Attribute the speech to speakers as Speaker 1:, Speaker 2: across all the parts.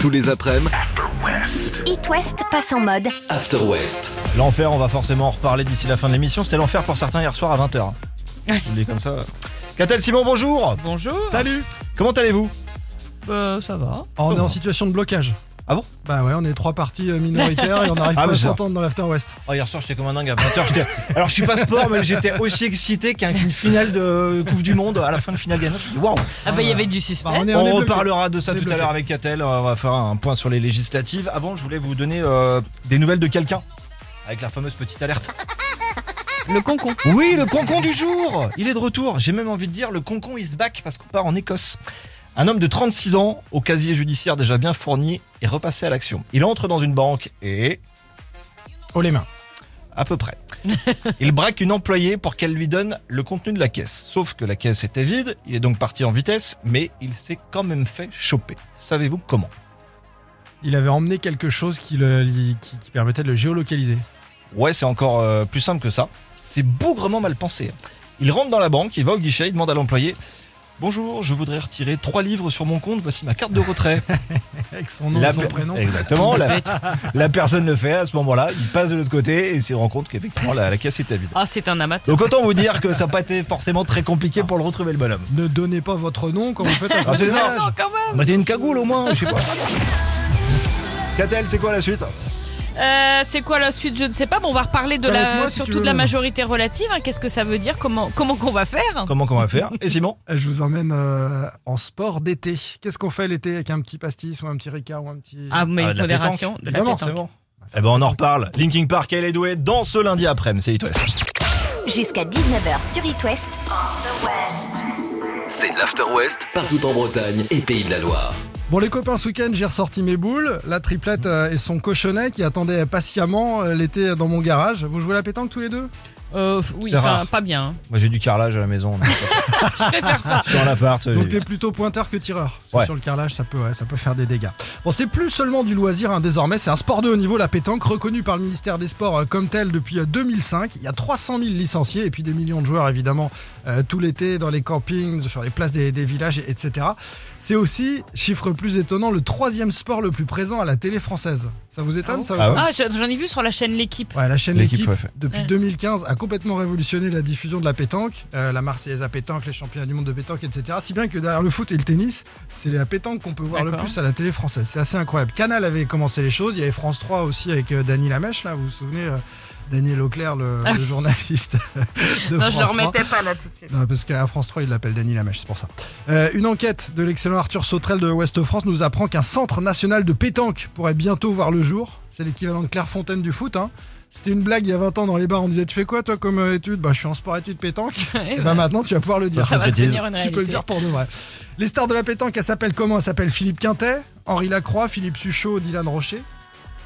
Speaker 1: Tous les après-midi,
Speaker 2: It West passe en mode.
Speaker 1: After West.
Speaker 3: L'enfer, on va forcément en reparler d'ici la fin de l'émission. C'était l'enfer pour certains hier soir à 20h. Je le dis comme ça. Catel Simon, bonjour
Speaker 4: Bonjour.
Speaker 5: Salut
Speaker 3: Comment allez-vous
Speaker 4: Euh, ça va.
Speaker 5: Oh, On est
Speaker 3: Comment
Speaker 5: en situation de blocage.
Speaker 3: Ah bon
Speaker 5: Bah ouais, on est trois parties euh, minoritaires et on n'arrive
Speaker 3: Ah,
Speaker 5: pas
Speaker 3: mais
Speaker 5: à
Speaker 3: ça-
Speaker 5: s'entendre dans l'After West.
Speaker 3: Oh, Hier soir, j'étais comme un dingue à 20h. j'étais- Alors, je suis pas sport, mais j'étais aussi excité qu'à une finale de Coupe du Monde. À la fin de finale gagnante, je me dis, waouh
Speaker 4: Ah bah il y avait du
Speaker 5: Bah,
Speaker 4: suspense.
Speaker 5: on est, on est
Speaker 3: On
Speaker 5: bloqué.
Speaker 3: reparlera de ça
Speaker 5: On est
Speaker 3: tout à
Speaker 5: bloqué.
Speaker 3: l'heure avec Catel. Euh, On va faire un point sur les législatives. Avant, je voulais vous donner euh, des nouvelles de quelqu'un. Avec la fameuse petite alerte.
Speaker 4: Le concon.
Speaker 3: Oui, le concon du jour Il est de retour. J'ai même envie de dire le concon is back parce qu'on part en Écosse. Un homme de 36 ans, au casier judiciaire déjà bien fourni, est repassé à l'action. Il entre dans une banque et.
Speaker 5: Oh les mains.
Speaker 3: À peu près. Il braque une employée pour qu'elle lui donne le contenu de la caisse. Sauf que la caisse était vide, il est donc parti en vitesse, mais il s'est quand même fait choper. Savez-vous comment
Speaker 5: Il avait emmené quelque chose qui, le, li- qui, qui permettait de le géolocaliser.
Speaker 3: Ouais, c'est encore euh, plus simple que ça. C'est bougrement mal pensé. Il rentre dans la banque, il va au guichet, il demande à l'employé Bonjour, je voudrais retirer 3 livres sur mon compte, voici ma carte de retrait.
Speaker 5: Avec son nom
Speaker 3: La Eh.
Speaker 5: et son
Speaker 3: per-
Speaker 5: prénom.
Speaker 3: Exactement, la, la personne le fait à ce moment-là, il passe de l'autre côté et se rend compte qu'effectivement la, la caisse est vide.
Speaker 4: Ah c'est un amateur.
Speaker 3: Donc autant vous dire que ça n'a pas été forcément très compliqué pour le retrouver le bonhomme.
Speaker 5: Ne donnez pas votre nom quand vous faites un
Speaker 3: Ah, c'est ça.
Speaker 5: voyage.
Speaker 4: quand même.
Speaker 3: On a Bah, une cagoule au moins, je sais pas. Catel, c'est quoi la suite
Speaker 4: Euh, c'est quoi la suite Je ne sais pas. Bon, on va reparler de
Speaker 5: Ça va être
Speaker 4: la
Speaker 5: moi, si tu
Speaker 4: surtout
Speaker 5: veux,
Speaker 4: de la
Speaker 5: maintenant.
Speaker 4: majorité relative. hein. Qu'est-ce que ça veut dire Comment comment qu'on va faire
Speaker 3: Comment qu'on va faire Et Simon
Speaker 5: Je vous emmène euh, en sport d'été. Qu'est-ce qu'on fait l'été avec un petit pastis ou un petit ricard ou un petit.
Speaker 4: Ah mais
Speaker 3: Ah, de la
Speaker 4: modération. De la
Speaker 3: Évidemment,
Speaker 4: pétanque.
Speaker 3: c'est bon. Eh ben on en reparle. Linking Park, elle est douée dans ce lundi après-midi, c'est It West.
Speaker 2: Jusqu'à 19h sur It West.
Speaker 1: C'est l'After West, partout en Bretagne et Pays de la Loire.
Speaker 5: Bon, les copains, ce week-end, j'ai ressorti mes boules, la triplette euh, et son cochonnet qui attendaient patiemment euh, l'été dans mon garage. Vous jouez à la pétanque tous les deux
Speaker 4: Euh, f- oui,
Speaker 3: C'est
Speaker 4: enfin
Speaker 3: rare.
Speaker 4: pas bien. hein.
Speaker 3: Moi j'ai du carrelage à la maison. donc- Je suis en appart.
Speaker 5: Donc
Speaker 3: j'ai-
Speaker 5: t'es plutôt pointeur que tireur. Parce que
Speaker 3: Ouais.
Speaker 5: Sur le carrelage, ça peut, ouais, ça peut faire des dégâts. Bon, c'est plus seulement du loisir hein, désormais, c'est un sport de haut niveau, la pétanque, reconnue par le ministère des Sports euh, comme tel depuis euh, 2005. Il y a 300 000 licenciés et puis des millions de joueurs évidemment euh, tout l'été dans les campings, sur les places des, des villages, etc. C'est aussi, chiffre plus étonnant, le troisième sport le plus présent à la télé française. Ça vous étonne
Speaker 4: Ah
Speaker 5: ça
Speaker 3: Ah
Speaker 5: ou pas
Speaker 4: Ah, je- j'en ai vu sur la chaîne l'équipe.
Speaker 5: Ouais, la chaîne
Speaker 3: L'équipe,
Speaker 5: L'équipe,
Speaker 3: ouais, fait.
Speaker 5: depuis
Speaker 4: Ouais.
Speaker 5: 2015, a complètement révolutionné la diffusion de la pétanque, euh, la Marseillaise à pétanque, les championnats du monde de pétanque, etc. Si bien que derrière le foot et le tennis, c'est la pétanque qu'on peut voir le
Speaker 4: D'accord.
Speaker 5: plus à la télé française. C'est assez incroyable. Canal avait commencé les choses, il y avait France 3 aussi avec euh, Dany Lamèche, là, vous vous souvenez euh, Daniel Auclair, le, le journaliste de
Speaker 4: Ah Non,
Speaker 5: France
Speaker 4: je le
Speaker 5: 3.
Speaker 4: remettais pas là tout de suite.
Speaker 5: Non, parce qu'à France 3, il l'appelle Dany Lamèche, c'est pour ça. Euh, une enquête de l'excellent Arthur Sautrel de Ouest France nous apprend qu'un centre national de pétanque pourrait bientôt voir le jour. C'est l'équivalent de Clairefontaine du foot. Hein. C'était une blague il y a 20 ans dans les bars. On disait Tu fais quoi, toi, comme euh, étude Bah, je suis en sport étude pétanque. Et bah, maintenant, tu vas pouvoir le dire.
Speaker 3: Ça
Speaker 4: ça va
Speaker 3: concrétise.
Speaker 4: devenir une
Speaker 5: Tu
Speaker 4: réalité.
Speaker 5: peux le dire pour de vrai. Les stars de la pétanque, elles s'appellent comment Elles s'appellent Philippe Quintet, Henri Lacroix, Philippe Suchot, Dylan Rocher.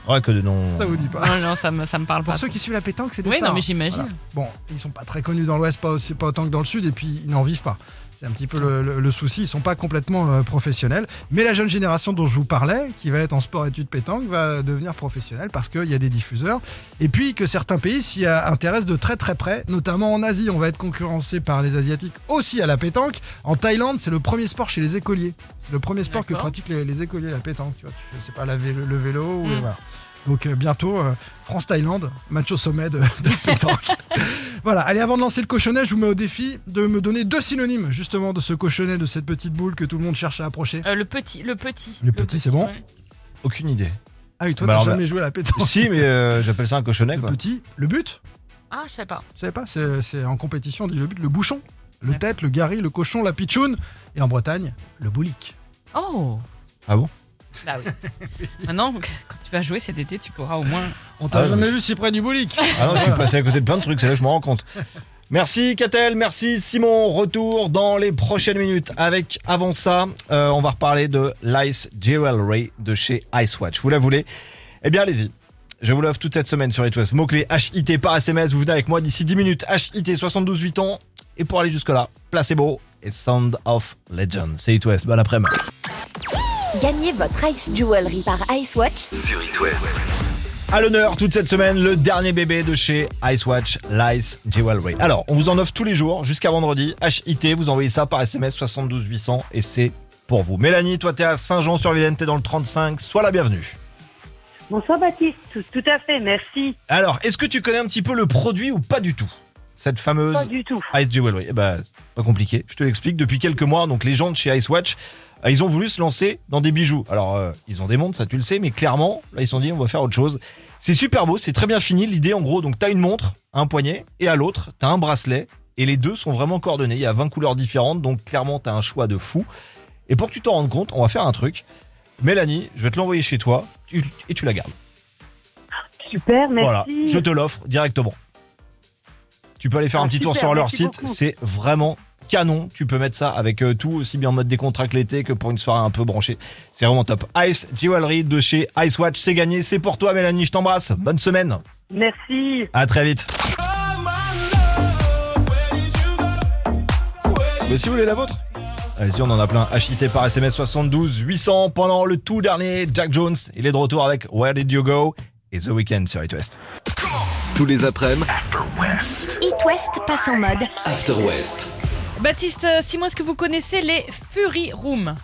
Speaker 3: Ouais, que de non.
Speaker 5: Ça vous dit pas
Speaker 4: bah, Non, non, ça me, ça me parle
Speaker 5: Pour
Speaker 4: pas.
Speaker 5: ceux qui suivent la pétanque, c'est des
Speaker 4: Oui,
Speaker 5: stars.
Speaker 4: non, mais j'imagine.
Speaker 5: Bon, ils sont pas très connus dans l'Ouest, pas, aussi, pas autant que dans le Sud, et puis ils n'en vivent pas. C'est un petit peu le, le- le souci, ils sont pas complètement euh, professionnels. Mais la jeune génération dont je vous parlais, qui va être en sport études pétanque, va devenir professionnelle parce qu'il y a des diffuseurs. Et puis que certains pays s'y euh, intéressent de très très près, notamment en Asie. On va être concurrencé par les Asiatiques aussi à la pétanque. En Thaïlande, c'est le premier sport chez les écoliers. C'est le premier sport que
Speaker 4: D'accord.
Speaker 5: pratiquent les, les écoliers, la pétanque. Tu vois, tu fais- c'est pas la vé- le vélo. ou-
Speaker 4: Mm.
Speaker 5: voilà. Donc euh, bientôt, euh, France-Thaïlande, match au sommet de, de pétanque. voilà, allez, avant de lancer le cochonnet, je vous mets au défi de me donner deux synonymes justement de ce cochonnet, de cette petite boule que tout le monde cherche à approcher.
Speaker 4: Euh, le petit, le petit.
Speaker 5: Le petit, c'est bon
Speaker 4: ouais.
Speaker 3: Aucune idée.
Speaker 5: Ah oui, toi,
Speaker 3: Bah,
Speaker 5: t'as
Speaker 3: alors,
Speaker 5: jamais joué à la pétanque.
Speaker 3: si, mais euh, j'appelle ça un cochonnet,
Speaker 5: le
Speaker 3: quoi.
Speaker 5: petit, le but,
Speaker 4: Ah, je sais pas.
Speaker 5: vous savez pas, c'est c'est en compétition, on dit le but, le bouchon, le
Speaker 4: Ouais.
Speaker 5: tête, le gari, le cochon, la pitchoune, et en Bretagne, le boulic.
Speaker 4: Oh.
Speaker 3: Ah bon
Speaker 4: Bah oui. Maintenant, quand tu vas jouer cet été, tu pourras au moins.
Speaker 5: On t'a
Speaker 3: Ah,
Speaker 5: jamais
Speaker 3: mais-
Speaker 5: vu si près du boulic
Speaker 3: Ah non, je suis passé à côté de plein de trucs, c'est là que je me rends compte. Merci Catel, merci Simon. Retour dans les prochaines minutes. Avec avant ça, euh, on va reparler de l'Ice Jewelry de chez Icewatch. Vous la voulez Eh bien, allez-y. Je vous l'offre toute cette semaine sur EatWest. Mot-clé HIT par SMS. Vous venez avec moi d'ici 10 minutes. HIT 72 8 ans. Et pour aller jusque-là, placebo et Sound of Legend. C'est EatWest. Bon après-midi.
Speaker 2: Gagnez votre Ice Jewelry par Ice Watch.
Speaker 1: Sur It West.
Speaker 3: À l'honneur toute cette semaine, le dernier bébé de chez Icewatch, Lice Jewelry. Alors, on vous en offre tous les jours jusqu'à vendredi. HIT, vous envoyez ça par SMS 72 800 et c'est pour vous. Mélanie, toi, t'es à Saint-Jean-sur-Vilaine, t'es dans le 35. Sois la bienvenue.
Speaker 6: Bonsoir Baptiste, tout, tout à fait, merci.
Speaker 3: Alors, est-ce que tu connais un petit peu le produit ou pas du tout Cette fameuse
Speaker 6: Pas du tout.
Speaker 3: Ice Jewelry. Eh ben, c'est pas compliqué. Je te l'explique. Depuis quelques mois, donc les gens de chez Icewatch, euh, ils ont voulu se lancer dans des bijoux. Alors, euh, ils ont des montres, ça tu le sais, mais clairement, là, ils se sont dit, on va faire autre chose. C'est super beau, c'est très bien fini. L'idée, en gros, donc t'as une montre, un poignet, et à l'autre, t'as un bracelet, et les deux sont vraiment coordonnés. Il y a 20 couleurs différentes, donc clairement, t'as un choix de fou. Et pour que tu t'en rendes compte, on va faire un truc. Mélanie, je vais te l'envoyer chez toi, tu- et tu la gardes.
Speaker 6: Super,
Speaker 3: Voilà,
Speaker 6: merci.
Speaker 3: je te l'offre directement. Tu peux aller faire
Speaker 6: Ah,
Speaker 3: un petit tour
Speaker 6: super,
Speaker 3: sur leur
Speaker 6: merci
Speaker 3: site,
Speaker 6: beaucoup.
Speaker 3: c'est vraiment canon. Tu peux mettre ça avec euh, tout, aussi bien en mode décontracté l'été que pour une soirée un peu branchée. C'est vraiment top. Ice Jewelry de chez Icewatch, c'est gagné. C'est pour toi, Mélanie, je t'embrasse. Bonne semaine.
Speaker 6: Merci.
Speaker 3: À très vite. Mais si vous voulez la vôtre Allez-y, on en a plein. HIT par SMS 72 800 pendant le tout dernier Jack Jones. Il est de retour avec Where Did You Go et The Weeknd sur It West.
Speaker 1: Tous les après-midi,
Speaker 2: It West passe en mode.
Speaker 1: After West.
Speaker 4: Baptiste, euh, Simon, est-ce que vous connaissez les Fury Rooms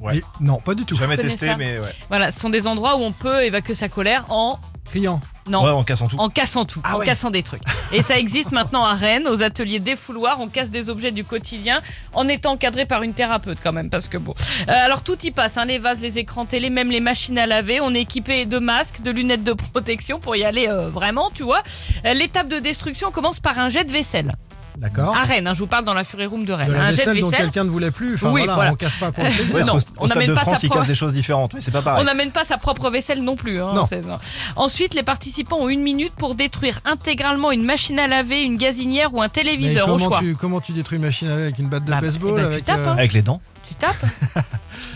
Speaker 3: Ouais.
Speaker 5: Et- non, pas du tout.
Speaker 3: Jamais
Speaker 4: Je connais
Speaker 3: testé,
Speaker 4: ça.
Speaker 3: mais ouais.
Speaker 4: Voilà, ce sont des endroits où on peut évacuer sa colère en.
Speaker 5: Criant.
Speaker 4: Non.
Speaker 3: Ouais, en cassant tout.
Speaker 4: En cassant tout,
Speaker 5: Ah
Speaker 4: en
Speaker 5: ouais.
Speaker 4: cassant des trucs. Et ça existe maintenant à Rennes, aux ateliers des fouloirs, on casse des objets du quotidien en étant encadré par une thérapeute quand même, parce que bon. Euh, alors tout y passe, hein, les vases, les écrans télé, même les machines à laver. On est équipé de masques, de lunettes de protection pour y aller euh, vraiment, tu vois. Euh, L'étape de destruction commence par un jet de vaisselle.
Speaker 5: D'accord.
Speaker 4: À Rennes, hein, je vous parle dans la Fury Room de Rennes.
Speaker 5: De
Speaker 4: Ah,
Speaker 5: la
Speaker 4: un jet de
Speaker 5: vaisselle dont
Speaker 4: vaisselle.
Speaker 5: quelqu'un ne voulait plus. Enfin
Speaker 4: Oui,
Speaker 5: voilà,
Speaker 4: voilà.
Speaker 5: on casse pas pour le plaisir.
Speaker 3: Ouais, parce
Speaker 4: Non,
Speaker 3: qu'au st-
Speaker 4: on
Speaker 3: au stade
Speaker 4: n'amène
Speaker 3: de
Speaker 4: pas
Speaker 3: France,
Speaker 4: sa
Speaker 3: ils
Speaker 4: pro-
Speaker 3: cassent des choses différentes, mais c'est pas pareil.
Speaker 4: On n'amène pas sa propre vaisselle non plus. hein,
Speaker 5: Non.
Speaker 4: c'est- non. Ensuite, les participants ont une minute pour détruire intégralement une machine à laver, une gazinière ou un
Speaker 5: Mais
Speaker 4: téléviseur au
Speaker 5: comment,
Speaker 4: choix.
Speaker 5: tu, comment tu détruis une machine avec une batte de
Speaker 4: Bah,
Speaker 5: baseball
Speaker 4: eh ben, tu
Speaker 5: avec, euh,
Speaker 4: tapes, hein.
Speaker 3: Avec les dents.
Speaker 4: Tu tapes.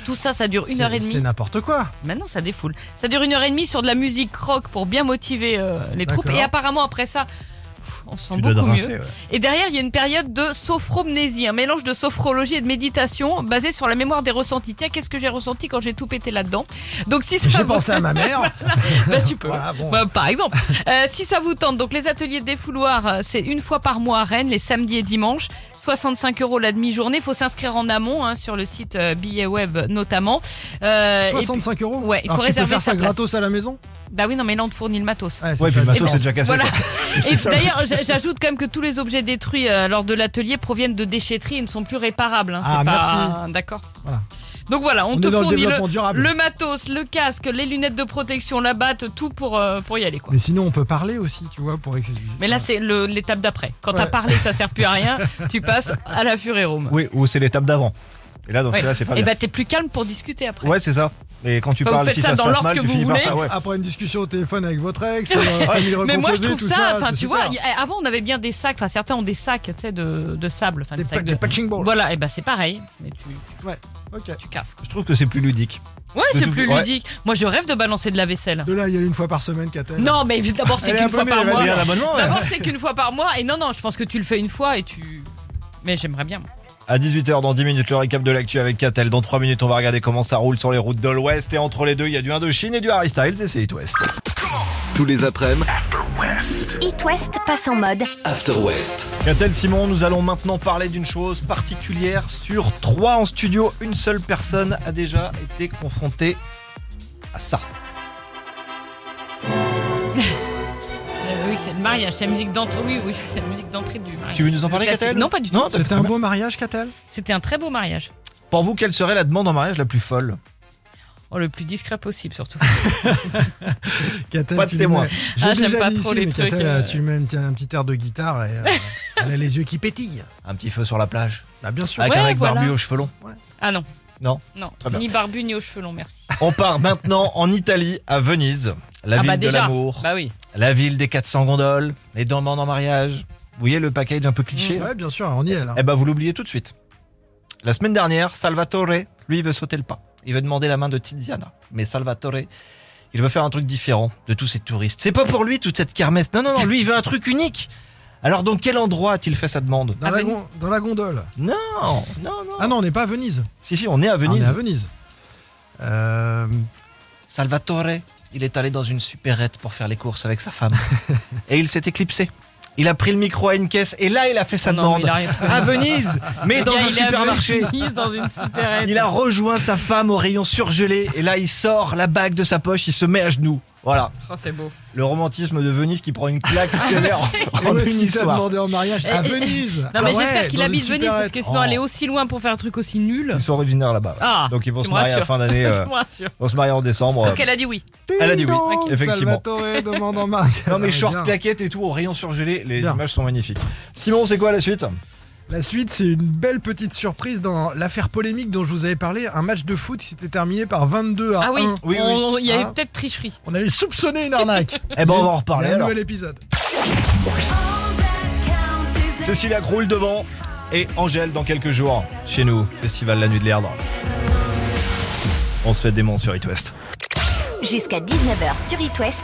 Speaker 4: Tout ça, ça dure une
Speaker 5: c'est-
Speaker 4: heure et
Speaker 5: C'est
Speaker 4: demie. Ah
Speaker 5: n'importe quoi.
Speaker 4: Maintenant, ça défoule. Ça dure une heure et demie sur de la musique rock pour bien motiver euh, les troupes.
Speaker 5: D'accord.
Speaker 4: Et apparemment, après ça, pff, on se sent
Speaker 3: tu dois te
Speaker 4: beaucoup mieux.
Speaker 3: rincer, ouais.
Speaker 4: Et derrière, il y a une période de sophromnésie, un mélange de sophrologie et de méditation basé sur la mémoire des ressentis. Tiens, qu'est-ce que j'ai ressenti quand j'ai tout pété là-dedans Donc, si ça
Speaker 5: J'ai
Speaker 4: vous-
Speaker 5: pensé à ma mère.
Speaker 4: Bah, tu peux.
Speaker 5: Voilà, bon.
Speaker 4: Bah, par exemple, Euh, si ça vous tente, donc les ateliers des fouloirs, euh, c'est une fois par mois à Rennes, les samedis et dimanches. 65 euros la demi-journée. faut s'inscrire en amont hein, sur le site euh, Billet Web notamment. Euh, et
Speaker 5: 65 euros
Speaker 4: Ouais, il faut
Speaker 5: Alors, tu peux
Speaker 4: réserver
Speaker 5: faire ça
Speaker 4: sa place.
Speaker 5: gratos à la maison
Speaker 4: puis- bah oui, non, mais là on te fournit le matos.
Speaker 5: Ouais, c'est
Speaker 3: Ouais, puis
Speaker 5: ça,
Speaker 3: le
Speaker 5: la
Speaker 3: matos, c'est
Speaker 5: différence.
Speaker 3: déjà cassé.
Speaker 4: Eh ben, Voilà.
Speaker 3: quoi.
Speaker 4: Et
Speaker 3: C'est ça, le-
Speaker 4: d'ailleurs, j'a- j'ajoute quand même que tous les objets détruits euh, lors de l'atelier proviennent de déchetteries et ne sont plus réparables. hein. C'est
Speaker 5: Ah,
Speaker 4: pas- D'accord.
Speaker 5: Voilà.
Speaker 4: Donc voilà, on,
Speaker 5: On,
Speaker 4: te
Speaker 5: est dans le
Speaker 4: fournit le,
Speaker 5: développement durable.
Speaker 4: le matos, le casque, les lunettes de protection, la batte, tout pour, euh, pour y aller. Quoi.
Speaker 5: Mais sinon, on peut parler aussi, tu vois, pour exiger.
Speaker 4: Mais là, c'est le- l'étape d'après. Quand t'as
Speaker 5: Ouais.
Speaker 4: parlé que ça sert plus à rien, tu passes à la Fury Room.
Speaker 3: Oui, ou c'est l'étape d'avant. Et là, dans ce
Speaker 4: Ouais.
Speaker 3: cas-là, c'est pas
Speaker 4: Et
Speaker 3: bien.
Speaker 4: bah, t'es plus calme pour discuter après.
Speaker 3: Ouais, c'est ça. Et quand tu
Speaker 4: Enfin, vous
Speaker 3: parles,
Speaker 4: faites
Speaker 3: si
Speaker 4: ça
Speaker 3: ça se
Speaker 4: dans
Speaker 3: passe
Speaker 4: l'ordre
Speaker 3: mal,
Speaker 4: que
Speaker 3: tu
Speaker 4: vous
Speaker 3: finis par
Speaker 4: voulez. Ah.
Speaker 3: ça. Ouais.
Speaker 5: Après une discussion au téléphone avec votre ex, sur la famille
Speaker 4: Mais moi, je
Speaker 5: recomposée,
Speaker 4: trouve
Speaker 5: tout
Speaker 4: ça, enfin,
Speaker 5: c'est
Speaker 4: tu
Speaker 5: super.
Speaker 4: vois, y- avant, on avait bien des sacs, enfin, certains ont des sacs, tu sais, de, de sable, enfin,
Speaker 5: Des,
Speaker 4: des
Speaker 5: pa-
Speaker 4: sacs
Speaker 5: des
Speaker 4: de.
Speaker 5: patching balls.
Speaker 4: Voilà, et bah, c'est pareil. Mais tu,
Speaker 5: Ok.
Speaker 4: tu casses.
Speaker 3: Je trouve que c'est plus ludique.
Speaker 4: Ouais,
Speaker 3: De
Speaker 4: c'est
Speaker 3: tout-
Speaker 4: plus
Speaker 3: ouais.
Speaker 4: ludique. Moi, je rêve de balancer de la vaisselle.
Speaker 5: De là, il y a une fois par semaine, Katel.
Speaker 4: Non, mais d'abord, c'est
Speaker 5: Elle est
Speaker 4: qu'une fois
Speaker 5: abonnée,
Speaker 4: par
Speaker 5: elle va
Speaker 4: mois.
Speaker 3: Il y a un abonnement, ouais.
Speaker 4: D'abord, c'est qu'une fois par mois. Et non, non, je pense que tu le fais une fois et tu. Mais j'aimerais bien.
Speaker 3: À 18h, dans 10 minutes, le récap de l'actu avec Catel. Dans 3 minutes, on va regarder comment ça roule sur les routes de l'Ouest. Et entre les deux, il y a du Indochine et du Harry Styles. Et c'est It West.
Speaker 1: Tous les après-midi,
Speaker 2: It West passe en mode.
Speaker 1: After West.
Speaker 3: Catel Simon, nous allons maintenant parler d'une chose particulière. Sur trois en studio, une seule personne a déjà été confrontée à ça.
Speaker 4: Euh, oui, c'est le mariage, c'est la musique d'entrée. Oui, oui, c'est la musique d'entrée du mariage.
Speaker 3: Tu veux nous en
Speaker 4: Le
Speaker 3: parler,
Speaker 4: classique.
Speaker 3: Catel
Speaker 4: Non, pas du tout.
Speaker 3: Non,
Speaker 5: C'était
Speaker 3: d'accord.
Speaker 5: un beau mariage, Katel
Speaker 4: C'était un très beau mariage.
Speaker 3: Pour vous, quelle serait la demande en mariage la plus folle
Speaker 4: Oh, le plus discret possible, surtout.
Speaker 5: Katel,
Speaker 3: Pas de
Speaker 5: tu
Speaker 3: témoin.
Speaker 5: m'aimes. J'ai
Speaker 4: Ah, j'aime
Speaker 5: déjà
Speaker 4: pas
Speaker 5: dit
Speaker 4: trop
Speaker 5: ici,
Speaker 4: les
Speaker 5: mais
Speaker 4: trucs,
Speaker 5: Katel,
Speaker 4: euh.
Speaker 5: tu mets un petit- un petit air de guitare et euh, elle a les yeux qui pétillent.
Speaker 3: Un petit feu sur la plage
Speaker 5: Bah, bien sûr.
Speaker 3: Avec
Speaker 4: Ouais,
Speaker 3: un mec
Speaker 4: voilà.
Speaker 3: barbu aux cheveux longs
Speaker 4: Ah non.
Speaker 3: Non.
Speaker 4: Non.
Speaker 3: Très bien.
Speaker 4: Ni barbu, ni aux cheveux longs, merci.
Speaker 5: Ah,
Speaker 3: On part maintenant en Italie, à Venise. La
Speaker 4: ah
Speaker 3: ville
Speaker 4: bah
Speaker 3: de
Speaker 4: déjà.
Speaker 3: l'amour,
Speaker 4: Bah oui.
Speaker 3: la ville des 400 gondoles, les demandes en mariage. Vous voyez le package un peu cliché là
Speaker 5: Ouais, bien sûr, on y est là.
Speaker 3: Eh ben, vous l'oubliez tout de suite. La semaine dernière, Salvatore, lui, veut sauter le pas. Il veut demander la main de Tiziana. Mais Salvatore, il veut faire un truc différent de tous ces touristes. C'est pas pour lui toute cette kermesse. Non, non, non, lui, il veut un truc unique. Alors, dans quel endroit a-t-il fait sa demande
Speaker 5: Dans,
Speaker 4: À
Speaker 5: la
Speaker 4: Venise.
Speaker 5: gon- dans la gondole.
Speaker 3: Non, non, non.
Speaker 5: Ah non, on n'est pas à Venise.
Speaker 3: Si, si, on est à
Speaker 5: Ah,
Speaker 3: Venise.
Speaker 5: on est à Venise. Euh,
Speaker 3: Salvatore, il est allé dans une supérette pour faire les courses avec sa femme. Et il s'est éclipsé. Il a pris le micro à une caisse et là, il a fait sa
Speaker 4: Oh Non, mais
Speaker 3: demande.
Speaker 4: il a rien trouvé.
Speaker 3: À Venise, mais
Speaker 4: Le
Speaker 3: dans un
Speaker 4: gars, il est à
Speaker 3: supermarché.
Speaker 4: Venise, dans une supérette.
Speaker 3: Il a rejoint sa femme au rayon surgelé et là, il sort la bague de sa poche, il se met à genoux. Voilà,
Speaker 4: Oh, c'est beau.
Speaker 3: le romantisme de Venise qui prend une claque sévère
Speaker 5: Et
Speaker 3: en
Speaker 5: où est-ce
Speaker 3: une
Speaker 5: qu'il t'a
Speaker 3: histoire.
Speaker 5: demandé en mariage
Speaker 4: Et-
Speaker 5: À
Speaker 4: et-
Speaker 5: Venise
Speaker 4: Non, mais
Speaker 5: Ah ouais,
Speaker 4: j'espère qu'il
Speaker 5: dans
Speaker 4: habite
Speaker 5: une
Speaker 4: Venise parce
Speaker 5: supérette.
Speaker 4: que sinon
Speaker 3: Oh.
Speaker 4: aller aussi loin pour faire un truc aussi nul.
Speaker 3: Ils sont originaires là-bas.
Speaker 4: Ah,
Speaker 3: Donc ils vont
Speaker 4: tu
Speaker 3: se
Speaker 4: me
Speaker 3: marier à la
Speaker 4: rassures.
Speaker 3: fin d'année. euh,
Speaker 4: Je me rassure.
Speaker 3: vont se marier en décembre.
Speaker 5: oh.
Speaker 3: euh.
Speaker 4: Donc elle a dit oui.
Speaker 3: Elle a dit oui,
Speaker 5: Ding
Speaker 3: effectivement.
Speaker 5: Salvatore demande en mariage.
Speaker 3: Non mais
Speaker 5: Ah,
Speaker 3: short,
Speaker 5: bien.
Speaker 3: claquette et tout au rayon surgelé, les
Speaker 5: Bien.
Speaker 3: images sont magnifiques. Simon, c'est quoi la suite
Speaker 5: La suite, c'est une belle petite surprise dans l'affaire polémique dont je vous avais parlé. Un match de foot qui s'était terminé par 22 à
Speaker 4: Ah oui,
Speaker 5: 1.
Speaker 3: oui, oui.
Speaker 4: on- on- il y avait
Speaker 5: Ah.
Speaker 4: peut-être tricherie.
Speaker 5: On avait soupçonné une arnaque.
Speaker 3: Eh ben on va en reparler.
Speaker 5: Il y a un
Speaker 3: alors.
Speaker 5: nouvel épisode.
Speaker 3: Cécilia Croul devant et Angèle dans quelques jours chez nous, Festival La Nuit de l'Erdre. On se fait des monts sur It West.
Speaker 2: Jusqu'à 19h sur It West.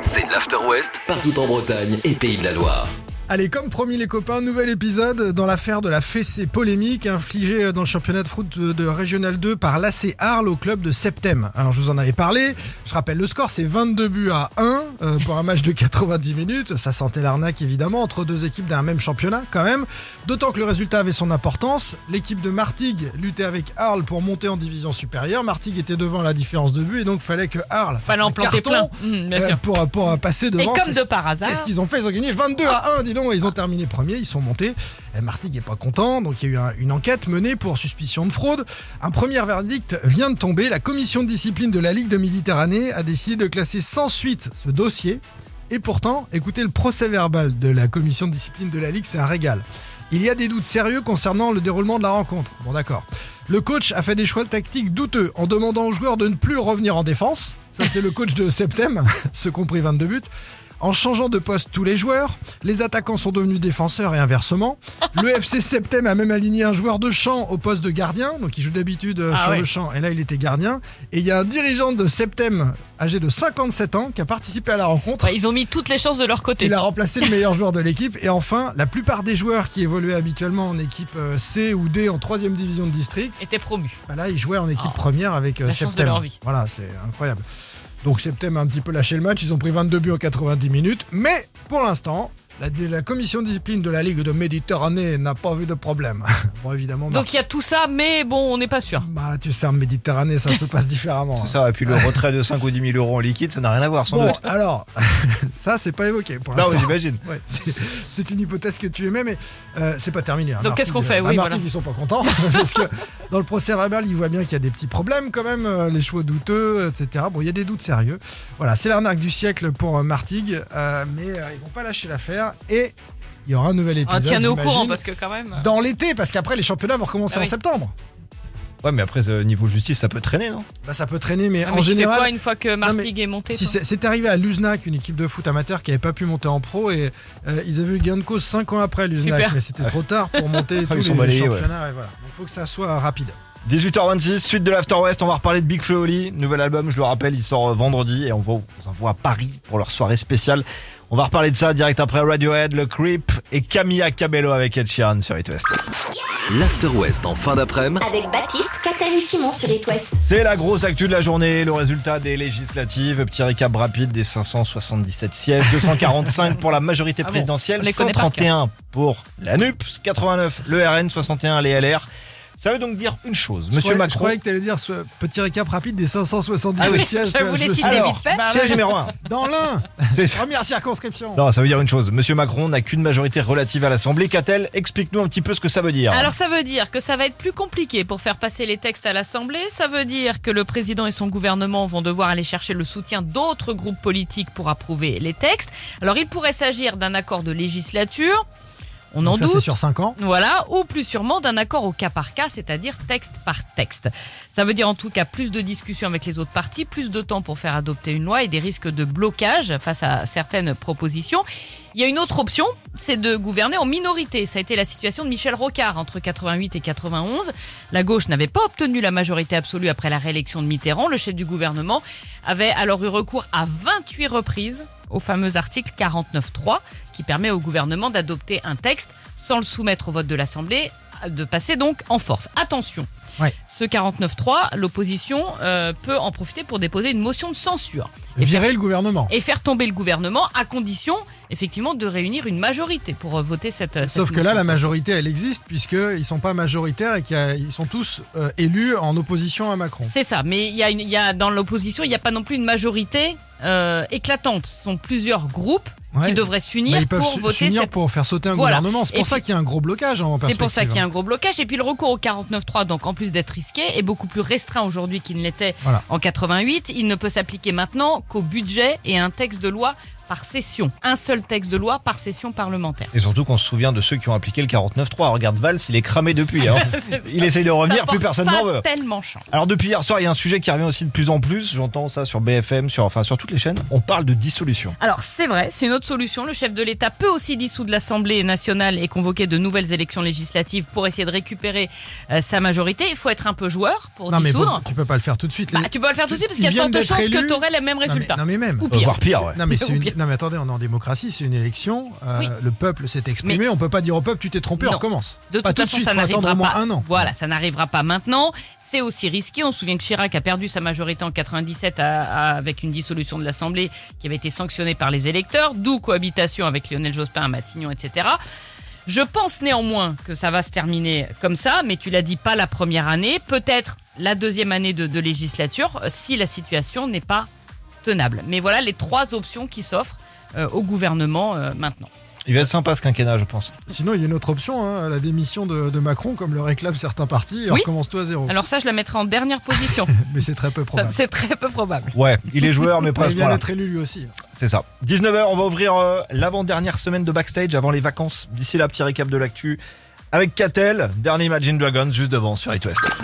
Speaker 1: C'est l'After West partout en Bretagne et Pays de la Loire.
Speaker 5: Allez, comme promis les copains, nouvel épisode dans l'affaire de la fessée polémique infligée euh, dans le championnat de foot de, de Régional 2 par l'AC Arles au club de Septem. Alors je vous en avais parlé, je rappelle le score, c'est 22 buts à 1 euh, pour un match de 90 minutes. Ça sentait l'arnaque évidemment entre deux équipes d'un même championnat quand même. D'autant que le résultat avait son importance. L'équipe de Martigues luttait avec Arles pour monter en division supérieure. Martigues était devant à la différence de but et donc fallait que Arles fasse
Speaker 4: Fallait en
Speaker 5: un
Speaker 4: planter
Speaker 5: carton,
Speaker 4: plein. Mmh, bien
Speaker 5: euh,
Speaker 4: sûr.
Speaker 5: pour, pour passer
Speaker 4: Et
Speaker 5: devant.
Speaker 4: comme
Speaker 5: C'est-
Speaker 4: de par hasard.
Speaker 5: c'est ce qu'ils ont fait, ils ont gagné 22 à 1, dis donc, ils ont terminé premier, ils sont montés. Eh, Martigues n'est pas content, donc il y a eu un- une enquête menée pour suspicion de fraude. Un premier verdict vient de tomber, la commission de discipline de la Ligue de Méditerranée a décidé de classer sans suite ce dossier. Et pourtant, écoutez le procès verbal de la commission de discipline de la Ligue, c'est un régal. Il y a des doutes sérieux concernant le déroulement de la rencontre. Bon d'accord. Le coach a fait des choix tactiques douteux en demandant aux joueurs de ne plus revenir en défense. Ça c'est le coach de Septem, ce compris 22 buts. En changeant de poste tous les joueurs, les attaquants sont devenus défenseurs et inversement. Le FC Septem a même aligné un joueur de champ au poste de gardien, donc il joue d'habitude euh,
Speaker 4: Ah
Speaker 5: sur
Speaker 4: ouais.
Speaker 5: le champ et là il était gardien. Et il y a un dirigeant de Septem âgé de 57 ans qui a participé à la rencontre.
Speaker 4: Ouais, bah, ils ont mis toutes les chances de leur côté.
Speaker 5: Il a remplacé le meilleur joueur de l'équipe. Et enfin, la plupart des joueurs qui évoluaient habituellement en équipe euh, C ou D en troisième division de district,
Speaker 4: Étaient promus.
Speaker 5: bah là, ils jouaient en équipe
Speaker 4: Oh,
Speaker 5: première avec euh,
Speaker 4: la chance de
Speaker 5: Septem.
Speaker 4: leur vie.
Speaker 5: Voilà, c'est incroyable. Donc Septem a un petit peu lâché le match. Ils ont pris 22 buts en 90 minutes. Mais pour l'instant, la, la commission de discipline de la Ligue de Méditerranée n'a pas vu de problème. bon, évidemment,
Speaker 4: Donc il y a tout ça, mais bon, on n'est pas sûr.
Speaker 5: bah, tu sais, en Méditerranée, ça se passe différemment. hein.
Speaker 3: Ça, et puis le retrait de 5 ou 10 000 euros en liquide, ça n'a rien à voir sans
Speaker 5: Bon,
Speaker 3: doute.
Speaker 5: alors, ça, c'est pas évoqué pour
Speaker 3: Non, mais
Speaker 5: l'instant.
Speaker 3: j'imagine.
Speaker 5: Ouais, c'est- c'est une hypothèse que tu aimais, mais euh, c'est pas terminé. hein.
Speaker 4: Donc, qu'est-ce qu'on
Speaker 5: Martigues,
Speaker 4: fait
Speaker 5: euh,
Speaker 4: Oui,
Speaker 5: bah,
Speaker 4: voilà.
Speaker 5: Martigues, ils sont pas contents. parce que dans le procès verbal, ils voient bien qu'il y a des petits problèmes quand même, euh, les choix douteux, etc. Bon, il y a des doutes sérieux. Voilà, c'est l'arnaque du siècle pour euh, Martigues, euh, mais euh, ils vont pas lâcher l'affaire et il y aura un nouvel
Speaker 4: Ah,
Speaker 5: épisode.
Speaker 4: Tiens-nous au courant
Speaker 5: j'imagine,
Speaker 4: parce que quand même. euh,
Speaker 5: Dans l'été, parce qu'après, les championnats vont recommencer
Speaker 4: Ah oui.
Speaker 5: en septembre.
Speaker 3: Ouais, mais après, euh, niveau justice, ça peut traîner, non
Speaker 5: Bah, ça peut traîner, mais
Speaker 4: ah,
Speaker 5: en
Speaker 4: mais tu fais
Speaker 5: général.
Speaker 4: quoi une fois que Martigues est monté
Speaker 5: Si
Speaker 4: toi
Speaker 5: c'est c'est arrivé à Luznac, une équipe de foot amateur qui n'avait pas pu monter en pro et euh, ils avaient eu gain de cause 5 ans après Luznac,
Speaker 4: Super.
Speaker 5: mais c'était trop tard pour monter tous
Speaker 3: Ah, ils
Speaker 5: les
Speaker 3: sont balayés, ouais.
Speaker 5: championnats. et voilà. Donc faut que ça soit rapide.
Speaker 3: 18h26, suite de l'After West, on va reparler de Big Flo et Oli. Nouvel album, je le rappelle, il sort euh, vendredi et on va vous envoie à Paris pour leur soirée spéciale. On va reparler de ça direct après Radiohead, Le Creep et Camilla Cabello avec Ed Sheeran sur It West.
Speaker 1: L'After West en fin d'après-midi
Speaker 2: Avec Baptiste, Catel et Simon sur It West.
Speaker 3: C'est la grosse actu de la journée, le résultat des législatives. Petit récap rapide des 577 sièges, 245 pour la majorité
Speaker 5: Ah bon
Speaker 3: présidentielle,
Speaker 4: On les connaît par
Speaker 3: 131 pour la NUP, 89 le RN, 61 les LR. Ça veut donc dire une chose,
Speaker 5: Je
Speaker 3: Monsieur
Speaker 5: croyais- Je
Speaker 3: Macron.
Speaker 5: croyais que tu allais dire ce petit récap rapide des 577
Speaker 4: Ah oui,
Speaker 5: sièges.
Speaker 4: je
Speaker 5: tu vois,
Speaker 4: voulais
Speaker 5: me suis-
Speaker 4: citer
Speaker 5: Alors,
Speaker 4: vite fait.
Speaker 5: bah,
Speaker 3: Siège
Speaker 5: ouais,
Speaker 3: numéro 1.
Speaker 5: Dans l'un,
Speaker 3: C'est ça.
Speaker 5: première circonscription.
Speaker 3: Non, ça veut dire une chose. Monsieur Macron n'a qu'une majorité relative à l'Assemblée. Qu'a-t-elle Explique-nous un petit peu ce que ça veut dire.
Speaker 4: Alors ça veut dire que ça va être plus compliqué pour faire passer les textes à l'Assemblée, ça veut dire que le président et son gouvernement vont devoir aller chercher le soutien d'autres groupes politiques pour approuver les textes. Alors il pourrait s'agir d'un accord de législature, on en
Speaker 5: Donc ça,
Speaker 4: doute.
Speaker 5: c'est sur 5 ans.
Speaker 4: Voilà, ou plus sûrement d'un accord au cas par cas, c'est-à-dire texte par texte. Ça veut dire en tout cas plus de discussions avec les autres partis, plus de temps pour faire adopter une loi et des risques de blocage face à certaines propositions. Il y a une autre option, c'est de gouverner en minorité. Ça a été la situation de Michel Rocard entre 88 et 91. La gauche n'avait pas obtenu la majorité absolue après la réélection de Mitterrand. Le chef du gouvernement avait alors eu recours à 28 reprises au fameux article 49.3 qui permet au gouvernement d'adopter un texte sans le soumettre au vote de l'Assemblée de passer donc en force. Attention.
Speaker 5: Ouais.
Speaker 4: Ce 49-3, l'opposition euh, peut en profiter pour déposer une motion de censure
Speaker 5: Virer le gouvernement.
Speaker 4: et faire tomber le gouvernement à condition, effectivement, de réunir une majorité pour euh, voter cette. euh,
Speaker 5: Sauf
Speaker 4: cette
Speaker 5: que là,
Speaker 4: motion
Speaker 5: la
Speaker 4: de
Speaker 5: majorité, elle existe, puisqu'ils ne sont pas majoritaires et qu'ils sont tous euh, élus en opposition à Macron.
Speaker 4: C'est ça, mais il y a une- il y a, dans l'opposition, il n'y a pas non plus une majorité euh, éclatante. Ce sont plusieurs groupes
Speaker 5: Ouais.
Speaker 4: qui devraient
Speaker 5: Mais
Speaker 4: s'unir
Speaker 5: ils peuvent
Speaker 4: pour
Speaker 5: s-
Speaker 4: voter
Speaker 5: s'unir
Speaker 4: cette...
Speaker 5: pour faire sauter un
Speaker 4: Voilà.
Speaker 5: gouvernement. C'est
Speaker 4: Et
Speaker 5: pour ça
Speaker 4: puis-
Speaker 5: qu'il y a un gros blocage hein, en
Speaker 4: C'est pour ça
Speaker 5: perspective.
Speaker 4: qu'il y a un gros blocage. Et puis le recours au 49.3, donc en plus d'être risqué, est beaucoup plus restreint aujourd'hui qu'il ne l'était
Speaker 5: Voilà.
Speaker 4: en 88. Il ne peut s'appliquer maintenant qu'au budget et à un texte de loi par session. Un seul texte de loi par session parlementaire.
Speaker 3: Et surtout qu'on se souvient de ceux qui ont appliqué le 49-3. Regarde Valls, il est cramé depuis. hein. il essaye de revenir,
Speaker 4: Ça
Speaker 3: plus
Speaker 4: porte
Speaker 3: personne
Speaker 4: pas
Speaker 3: n'en veut.
Speaker 4: tellement chance.
Speaker 3: Alors depuis hier soir, il y a un sujet qui revient aussi de plus en plus. J'entends ça sur BFM, sur enfin sur toutes les chaînes. On parle de dissolution.
Speaker 4: Alors c'est vrai, c'est une autre solution. Le chef de l'État peut aussi dissoudre l'Assemblée nationale et convoquer de nouvelles élections législatives pour essayer de récupérer euh, sa majorité. Il faut être un peu joueur pour
Speaker 5: Non, mais bon,
Speaker 4: dissoudre.
Speaker 5: tu peux pas le faire tout de suite.
Speaker 4: Bah,
Speaker 5: Les-
Speaker 4: tu peux le faire tout de suite parce qu'il
Speaker 5: Ils
Speaker 4: y a tant
Speaker 5: viennent
Speaker 4: de
Speaker 5: d'être
Speaker 4: chances que
Speaker 5: élus.
Speaker 4: tu aurais le même
Speaker 5: Non, mais-
Speaker 4: résultat.
Speaker 5: Non, mais, même.
Speaker 4: Ou pire.
Speaker 3: Voire pire, ouais.
Speaker 5: Non mais,
Speaker 4: Ou
Speaker 5: c'est une-
Speaker 4: pire.
Speaker 5: non, mais attendez, on est en démocratie, c'est une élection. euh,
Speaker 4: Oui.
Speaker 5: Le peuple s'est exprimé, on peut pas dire au peuple tu t'es trompé, on
Speaker 4: Non.
Speaker 5: recommence.
Speaker 4: De
Speaker 5: pas
Speaker 4: toute
Speaker 5: tout de
Speaker 4: façon,
Speaker 5: suite,
Speaker 4: ça
Speaker 5: faut attendre
Speaker 4: n'arrivera
Speaker 5: au moins
Speaker 4: pas.
Speaker 5: un an.
Speaker 4: Voilà, ça n'arrivera pas maintenant. C'est aussi risqué. On se souvient que Chirac a perdu sa majorité en 97 à- à- avec une dissolution de l'Assemblée qui avait été sanctionnée par les électeurs, d'où cohabitation avec Lionel Jospin à Matignon, etc. Je pense néanmoins que ça va se terminer comme ça, mais tu l'as dit, pas la première année, peut-être la deuxième année de, de législature, euh, si la situation n'est pas tenable. Mais voilà les trois options qui s'offrent euh, au gouvernement euh, maintenant.
Speaker 3: Il va être sympa ce quinquennat, je pense.
Speaker 5: Sinon, il y a une autre option, hein, la démission de, de Macron, comme le réclament certains partis, et
Speaker 4: Oui.
Speaker 5: recommence-toi à zéro.
Speaker 4: Alors ça, je la mettrai en dernière position.
Speaker 5: Mais c'est très peu
Speaker 4: Ça,
Speaker 5: probable.
Speaker 4: C'est très peu probable.
Speaker 3: Ouais, il est joueur, mais
Speaker 5: Ouais,
Speaker 3: presque.
Speaker 5: il vient
Speaker 3: voilà.
Speaker 5: d'être élu lui aussi.
Speaker 3: C'est ça. 19h, on va ouvrir euh, l'avant-dernière semaine de backstage avant les vacances. D'ici là, petit récap de l'actu. Avec Catel, dernier Imagine Dragons juste devant sur It West.